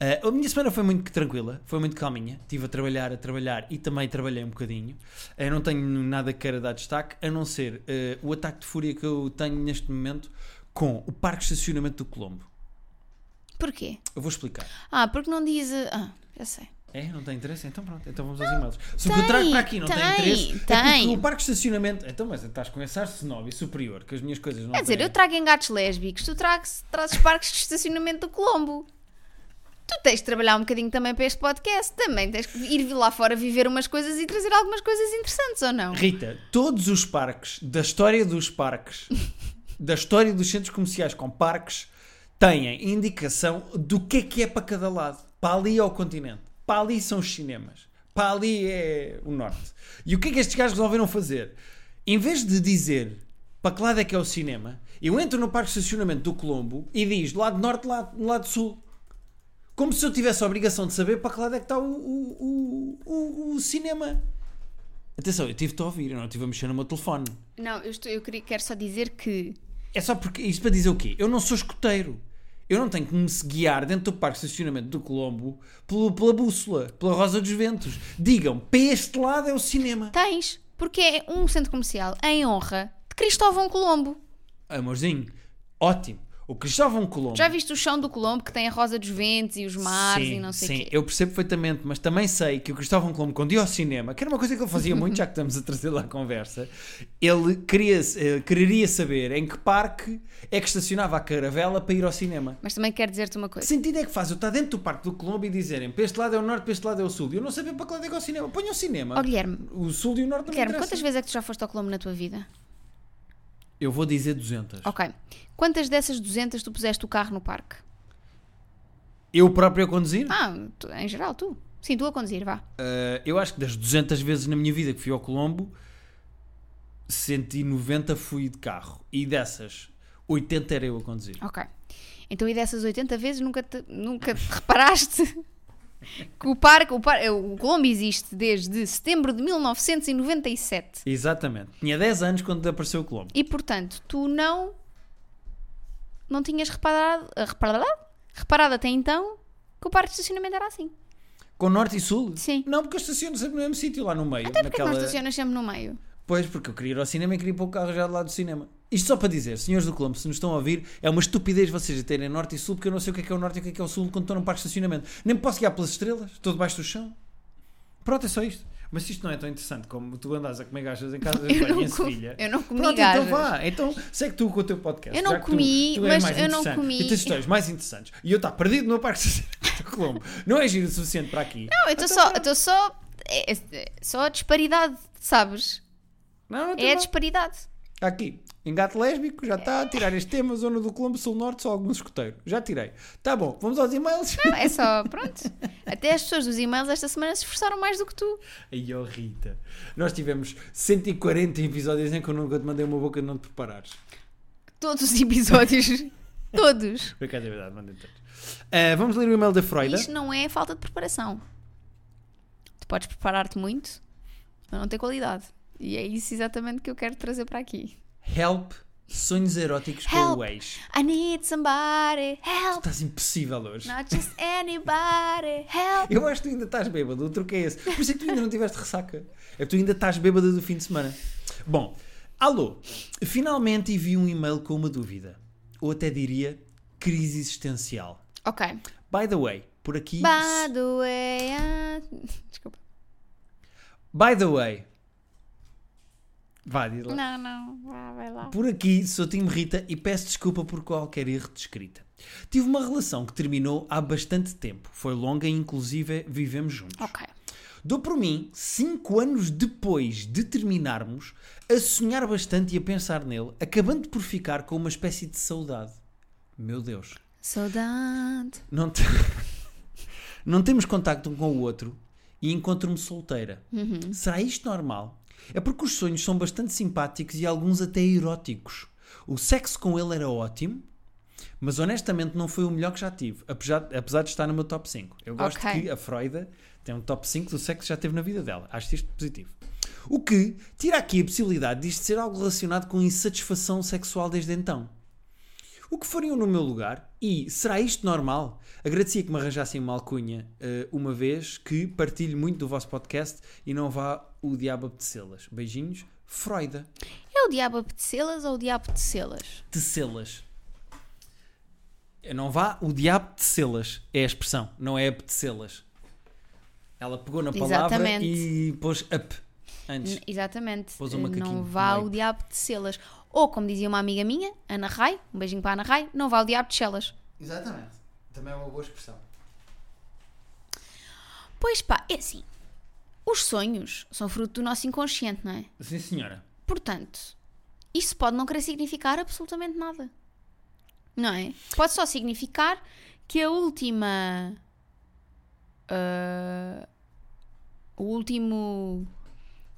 Speaker 2: Ah, a minha semana foi muito tranquila, foi muito calminha. Estive a trabalhar, a trabalhar e também trabalhei um bocadinho. Eu não tenho nada que queira dar destaque, a não ser ah, o ataque de fúria que eu tenho neste momento com o Parque de Estacionamento do Colombo.
Speaker 1: Porquê?
Speaker 2: Eu vou explicar.
Speaker 1: Ah, porque não diz. eh, Ah, eu sei.
Speaker 2: É? Não tem interesse? Então pronto, então vamos aos e-mails. Se o que eu
Speaker 1: tem,
Speaker 2: trago para aqui não tem,
Speaker 1: tem,
Speaker 2: interesse, é
Speaker 1: tem.
Speaker 2: porque o parque de estacionamento. Então, mas estás com esse ar snob e superior, que as minhas coisas não
Speaker 1: Quer dizer,
Speaker 2: têm.
Speaker 1: eu trago engates lésbicos, tu tragas, trazes parques de estacionamento do Colombo. Tu tens de trabalhar um bocadinho também para este podcast. Também tens que ir lá fora viver umas coisas e trazer algumas coisas interessantes, ou não?
Speaker 2: Rita, todos os parques, da história dos parques, da história dos centros comerciais com parques, têm indicação do que é que é para cada lado. Para ali é o continente, para ali são os cinemas, para ali é o norte. E o que é que estes gajos resolveram fazer? Em vez de dizer para que lado é que é o cinema, eu entro no parque de estacionamento do Colombo e diz lado norte, lado, lado sul. Como se eu tivesse a obrigação de saber para que lado é que está o- o- o- o, o cinema. Atenção, eu tive-te a ouvir, eu não estive a mexer no meu telefone.
Speaker 1: Não, eu, estou, eu queria- quero só dizer que.
Speaker 2: É só porque. Isto para dizer o quê? Eu não sou escoteiro. Eu não tenho que me guiar dentro do parque de estacionamento do Colombo pelo- pela bússola, pela Rosa dos Ventos. Digam, para este lado é o cinema.
Speaker 1: Tens, porque é um centro comercial em honra de Cristóvão Colombo.
Speaker 2: Amorzinho, ótimo. O Cristóvão Colombo.
Speaker 1: Já viste o chão do Colombo que tem a rosa dos ventos e os mares e não sei
Speaker 2: sim,
Speaker 1: o quê?
Speaker 2: eu percebo perfeitamente, mas também sei que o Cristóvão Colombo, quando ia ao cinema, que era uma coisa que ele fazia muito, já que estamos a trazer lá a conversa, ele queria, eh, quereria saber em que parque é que estacionava a caravela para ir ao cinema.
Speaker 1: Mas também quero dizer-te uma
Speaker 2: Que
Speaker 1: coisa.
Speaker 2: sentido é que faz eu estar dentro do Parque do Colombo e dizerem para este lado é o norte, para este lado é o sul? E eu não sabia para que lado é que é o cinema. Ponha o cinema.
Speaker 1: Ó Oh, Guilherme,
Speaker 2: o sul e o norte não me
Speaker 1: Guilherme,
Speaker 2: interessa.
Speaker 1: quantas vezes é que tu já foste ao Colombo na tua vida?
Speaker 2: Eu vou dizer 200.
Speaker 1: Ok. Quantas dessas 200 tu puseste o carro no parque?
Speaker 2: Eu próprio a conduzir?
Speaker 1: Ah, tu- em geral, tu. Sim, tu a conduzir, vá.
Speaker 2: Eh, eu acho que das 200 vezes na minha vida que fui ao Colombo, 190 fui de carro. E dessas, 80 era eu a conduzir.
Speaker 1: Ok. Então, e dessas 80 vezes nunca te, nunca te reparaste que o parque, o, par, eh, o Colombo existe desde setembro de 1997.
Speaker 2: Exatamente. Tinha 10 anos quando apareceu o Colombo.
Speaker 1: E portanto, tu não não tinhas reparado, eh, reparado, reparado até então que o parque de estacionamento era assim.
Speaker 2: Com norte e sul?
Speaker 1: Sim.
Speaker 2: Não, porque eu estaciono sempre no mesmo sítio, lá no meio. Até
Speaker 1: Porquê é que não estacionas sempre no meio?
Speaker 2: Pois, porque eu queria ir ao cinema e queria pôr o carro já do lado do cinema. Isto só para dizer, senhores do Colombo, se nos estão a ouvir, é uma estupidez vocês terem norte e sul, porque eu não sei o que é que é o norte e o que é que é o sul quando estou num parque de estacionamento. Nem posso guiar pelas estrelas, estou debaixo do chão. Pronto, é só isto. Mas se isto não é tão interessante como tu andas a comer gajas em casa de
Speaker 1: Eu
Speaker 2: banho
Speaker 1: não,
Speaker 2: em
Speaker 1: com-
Speaker 2: Sevilha.
Speaker 1: eu não comi
Speaker 2: Pronto,
Speaker 1: gajas.
Speaker 2: então vá. Então segue tu com o teu podcast.
Speaker 1: Eu não
Speaker 2: já que tu-
Speaker 1: comi,
Speaker 2: tu és
Speaker 1: mas
Speaker 2: mais
Speaker 1: eu não
Speaker 2: interessante
Speaker 1: comi.
Speaker 2: E tens histórias mais interessantes. E eu estou perdido no parque de estacionamento do Colombo. Não é giro o suficiente para aqui.
Speaker 1: Então Não, eu estou só, eu tô só, é, é- só a disparidade, sabes?
Speaker 2: Não, então não tem
Speaker 1: É a
Speaker 2: mal.
Speaker 1: disparidade.
Speaker 2: Aqui, engate lésbico, já está a tirar este tema, zona do Colombo, sul norte, só algum escoteiro. Já tirei. Tá bom, vamos aos e-mails.
Speaker 1: Não, é só, pronto. Até as pessoas dos e-mails esta semana se esforçaram mais do que tu.
Speaker 2: Ai, oh Rita, nós tivemos 140 episódios em que eu nunca te mandei uma boca de não te preparares.
Speaker 1: Todos os episódios. Todos.
Speaker 2: Por acaso é verdade, mandei todos. Ah, vamos ler o e-mail da Freud.
Speaker 1: Isto não é falta de preparação. Tu podes preparar-te muito, mas não ter qualidade. E é isso exatamente que eu quero trazer para aqui.
Speaker 2: Help, sonhos eróticos
Speaker 1: Help.
Speaker 2: pelo ex.
Speaker 1: I need somebody, help,
Speaker 2: Estás impossível hoje.
Speaker 1: not just anybody, help.
Speaker 2: Eu acho que tu ainda estás bêbado, o truque é esse. Por isso é que tu ainda não tiveste ressaca. É que tu ainda estás bêbada do fim de semana. Bom, alô, finalmente envi um e-mail com uma dúvida. Ou até diria crise existencial.
Speaker 1: Ok.
Speaker 2: By the way, por aqui.
Speaker 1: By the way, ah, Desculpa.
Speaker 2: By the way. Vá, diz lá.
Speaker 1: Não, não, vá, vai lá.
Speaker 2: Por aqui sou Tim Rita e peço desculpa por qualquer erro de escrita. Tive uma relação que terminou há bastante tempo. Foi longa e, inclusive, vivemos juntos.
Speaker 1: Ok.
Speaker 2: Dou por mim, 5 anos depois de terminarmos, a sonhar bastante e a pensar nele, acabando por ficar com uma espécie de saudade. Meu Deus.
Speaker 1: Saudade.
Speaker 2: Não, te- não temos contacto um com o outro e encontro-me solteira. Será isto normal? É porque os sonhos são bastante simpáticos e alguns até eróticos. O sexo com ele era ótimo, mas honestamente não foi o melhor que já tive, apesar, apesar de estar no meu top 5. Eu gosto
Speaker 1: Ok.
Speaker 2: que a Freud tem um top 5 do sexo que já teve na vida dela. Acho isto positivo. O que tira aqui a possibilidade disto ser algo relacionado com insatisfação sexual desde então. O que fariam no meu lugar? E será isto normal? Agradecia que me arranjassem uma alcunha eh, uma vez que partilho muito do vosso podcast e não vá o diabo apetecê-las. Beijinhos, Freuda.
Speaker 1: É o diabo apetecê-las ou o diabo tecê-las?
Speaker 2: Tecê-las. Não vá o diabo tecê-las. É a expressão, não é apetecê-las. Ela pegou na palavra
Speaker 1: Exatamente.
Speaker 2: e pôs up antes.
Speaker 1: N- Exatamente.
Speaker 2: Pôs um macaquinho
Speaker 1: não
Speaker 2: no
Speaker 1: vá
Speaker 2: meio.
Speaker 1: o diabo tecê-las. Ou, como dizia uma amiga minha, Ana Rai, um beijinho para a Ana Rai, não vá o diabo tecê-las.
Speaker 2: Exatamente. Também é uma boa expressão.
Speaker 1: Pois pá, é assim. Os sonhos são fruto do nosso inconsciente, não é?
Speaker 2: Sim, senhora.
Speaker 1: Portanto, isso pode não querer significar absolutamente nada. Não é? Pode só significar que a última. ah, o último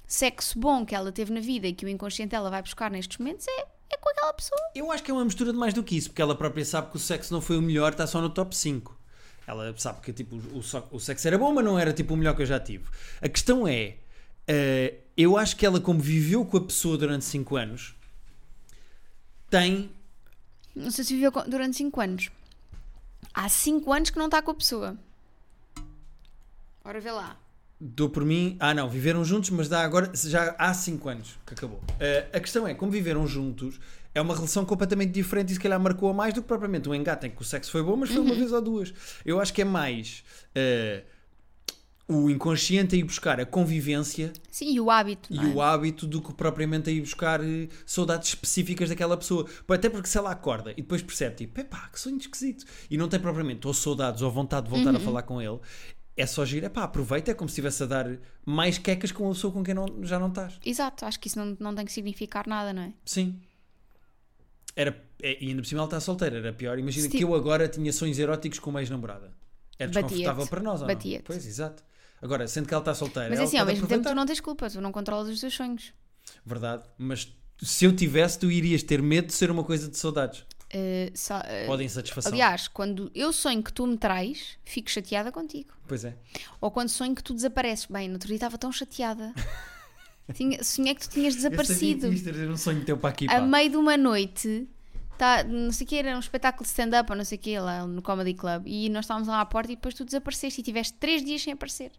Speaker 1: sexo bom que ela teve na vida e que o inconsciente dela vai buscar nestes momentos é, é com aquela pessoa.
Speaker 2: Eu acho que é uma mistura de mais do que isso, porque ela própria sabe que o sexo não foi o melhor, está só no top 5. Ela sabe que tipo, o, so- o sexo era bom, mas não era tipo o melhor que eu já tive. A questão é, eh, eu acho que ela, como viveu com a pessoa durante 5 anos, tem.
Speaker 1: Não sei se viveu co- durante 5 anos. Há 5 anos que não está com a pessoa. Ora vê lá.
Speaker 2: Dou por mim. Ah, não, viveram juntos, mas dá agora. Já há 5 anos que acabou. Eh, a questão é, como viveram juntos, é uma relação completamente diferente e se calhar marcou a mais do que propriamente um engate em que o sexo foi bom, mas foi uma vez ou duas. Eu acho que é mais. eh, o inconsciente a ir buscar a convivência
Speaker 1: Sim, e o hábito.
Speaker 2: e
Speaker 1: não é?
Speaker 2: o hábito do que propriamente a ir buscar eh, saudades específicas daquela pessoa. Pô, Até porque se ela acorda e depois percebe, tipo, epá, que sonho esquisito, e não tem propriamente ou saudades ou vontade de
Speaker 1: Uhum.
Speaker 2: voltar a falar com ele, é só giro, epá, aproveita, é como se estivesse a dar mais quecas com uma pessoa com quem não- já não estás.
Speaker 1: Exato, acho que isso não, não tem que significar nada, não é?
Speaker 2: Sim. Era, é, e ainda por cima ela está solteira, era pior. Imagina
Speaker 1: Sim.
Speaker 2: que eu agora tinha sonhos eróticos com uma ex-namorada. Era
Speaker 1: Batia-te.
Speaker 2: desconfortável para nós, ou não?
Speaker 1: Batia-te.
Speaker 2: Pois, exato. Agora, sendo que ela está solteira,
Speaker 1: Mas
Speaker 2: ela
Speaker 1: assim, ao
Speaker 2: pode
Speaker 1: mesmo tempo
Speaker 2: aproveitar.
Speaker 1: tu não tens culpa, tu não controlas os teus sonhos.
Speaker 2: Verdade, mas se eu tivesse, tu irias ter medo de ser uma coisa de saudades.
Speaker 1: Eh, sa- eh,
Speaker 2: Ou de insatisfação.
Speaker 1: aliás, quando eu sonho que tu me trais, fico chateada contigo.
Speaker 2: Pois é.
Speaker 1: Ou quando sonho que tu desapareces. Bem, no outro dia estava tão chateada. Tinha, sonhei que tu tinhas desaparecido.
Speaker 2: um sonho teu para aqui.
Speaker 1: A meio de uma noite, tá, não sei o que, era um espetáculo de stand-up ou não sei o que, lá no Comedy Club. E nós estávamos lá à porta e depois tu desapareceste e tiveste três dias sem aparecer.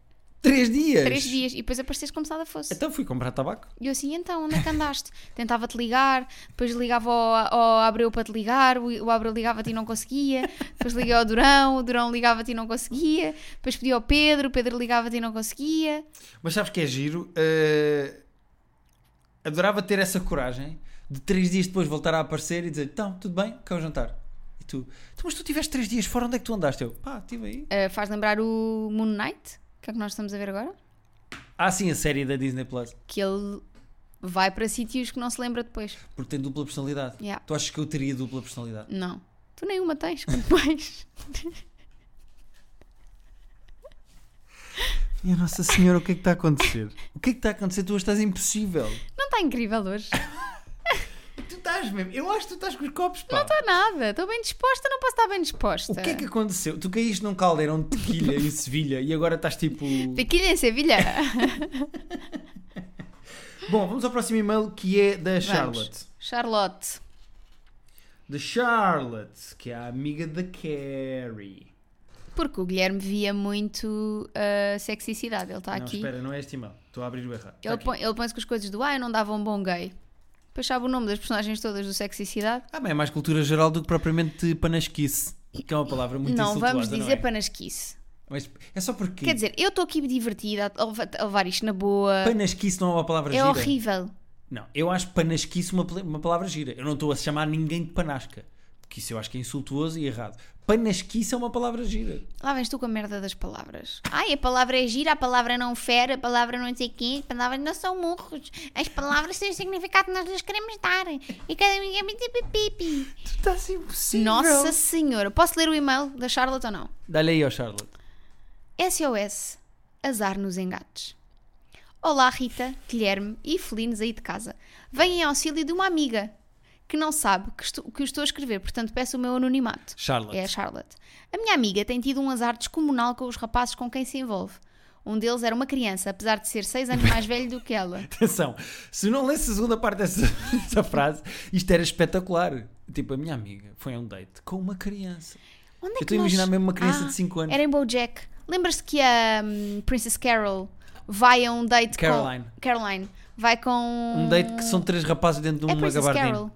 Speaker 2: Três dias?
Speaker 1: Três dias. E depois apareceste como se nada fosse.
Speaker 2: Então fui comprar tabaco.
Speaker 1: E eu assim, então, onde é que andaste? Tentava-te ligar, depois ligava ao, ao Abreu para te ligar, o, o Abreu ligava-te e não conseguia, depois liguei ao Durão, o Durão ligava-te e não conseguia, depois pedi ao Pedro, o Pedro ligava-te e não conseguia.
Speaker 2: Mas sabes que é giro? Uh, Adorava ter essa coragem de três dias depois voltar a aparecer e dizer: Então, tudo bem, cá ao jantar. E tu, "Então, mas tu tiveste três dias fora, onde é que tu andaste? Eu, pá, estive aí.
Speaker 1: Ah, faz lembrar o Moon Knight, que é o que nós estamos a ver agora,
Speaker 2: Ah, sim, a série da Disney Plus.
Speaker 1: que ele vai para sítios que não se lembra depois.
Speaker 2: Porque tem dupla personalidade.
Speaker 1: Yeah.
Speaker 2: Tu achas que eu teria dupla personalidade?
Speaker 1: Não. Tu nenhuma tens, quanto mais.
Speaker 2: Minha Nossa Senhora, o que é que está a acontecer? O que é que está a acontecer? Tu hoje estás impossível.
Speaker 1: Não está incrível hoje.
Speaker 2: Tu estás mesmo. Eu acho que tu estás com os copos, pá.
Speaker 1: Não está tá nada. Estou bem disposta, não posso estar bem disposta.
Speaker 2: O que é que aconteceu? Tu caíste num caldeirão de tequilha em Sevilha e agora estás tipo.
Speaker 1: Tequila em Sevilha.
Speaker 2: Bom, vamos ao próximo e-mail que é da
Speaker 1: Vamos.
Speaker 2: Charlotte.
Speaker 1: Charlotte.
Speaker 2: Da Charlotte, que é a amiga da Carrie.
Speaker 1: Porque o Guilherme via muito uh, sexicidade. Ele está
Speaker 2: não,
Speaker 1: aqui.
Speaker 2: espera, não é este e-mail. Estou a abrir o errado. Está
Speaker 1: Ele,
Speaker 2: aqui.
Speaker 1: põe, ele põe-se com as coisas do Ah, eu não dava um bom gay. Depois sabe o nome das personagens todas do sexicidade.
Speaker 2: Ah, bem, é mais cultura geral do que propriamente panasquice, que é uma palavra muito
Speaker 1: não
Speaker 2: insultuosa,
Speaker 1: vamos
Speaker 2: não
Speaker 1: dizer
Speaker 2: é?
Speaker 1: panasquice.
Speaker 2: Mas é só porque
Speaker 1: Quer dizer, eu estou aqui divertida a leva- a levar isto na boa.
Speaker 2: panasquice não é uma palavra
Speaker 1: é
Speaker 2: gira.
Speaker 1: horrível.
Speaker 2: Não, eu acho panasquice uma, pala- uma palavra gira. Eu não estou a chamar ninguém de panasca, porque isso eu acho que é insultuoso e errado. Panasquice é uma palavra gira.
Speaker 1: Lá vens tu com a merda das palavras. Ai, a palavra é gira, a palavra não fera, a palavra não sei quê, a palavra não são murros. As palavras têm o significado que nós lhes queremos dar. E cada um é muito pipi.
Speaker 2: Tu estás impossível.
Speaker 1: Nossa Senhora. Posso ler o e-mail da Charlotte ou não?
Speaker 2: Dá-lhe aí ao Charlotte.
Speaker 1: SOS Azar nos engates. Olá, Rita, Guilherme e felinos aí de casa. Venho em auxílio de uma amiga que não sabe que, estou, que o estou a escrever, portanto peço o meu anonimato.
Speaker 2: Charlotte.
Speaker 1: É a Charlotte. A minha amiga tem tido um azar descomunal com os rapazes com quem se envolve. Um deles era uma criança, apesar de ser 6 anos mais velho do que ela.
Speaker 2: Atenção, se não lesse a segunda parte dessa, dessa frase, isto era espetacular. Tipo, a minha amiga foi a um date com uma criança.
Speaker 1: Onde é
Speaker 2: Eu
Speaker 1: que
Speaker 2: estou a
Speaker 1: nós-
Speaker 2: imaginar mesmo uma criança
Speaker 1: Ah,
Speaker 2: de 5 anos.
Speaker 1: Era em BoJack. Lembras-te que a hum, Princess Carol vai a um date
Speaker 2: Caroline.
Speaker 1: com... Caroline. Vai com...
Speaker 2: Um date que são três rapazes dentro de
Speaker 1: Ah. É
Speaker 2: uma
Speaker 1: Princess
Speaker 2: gabardina.
Speaker 1: Carol,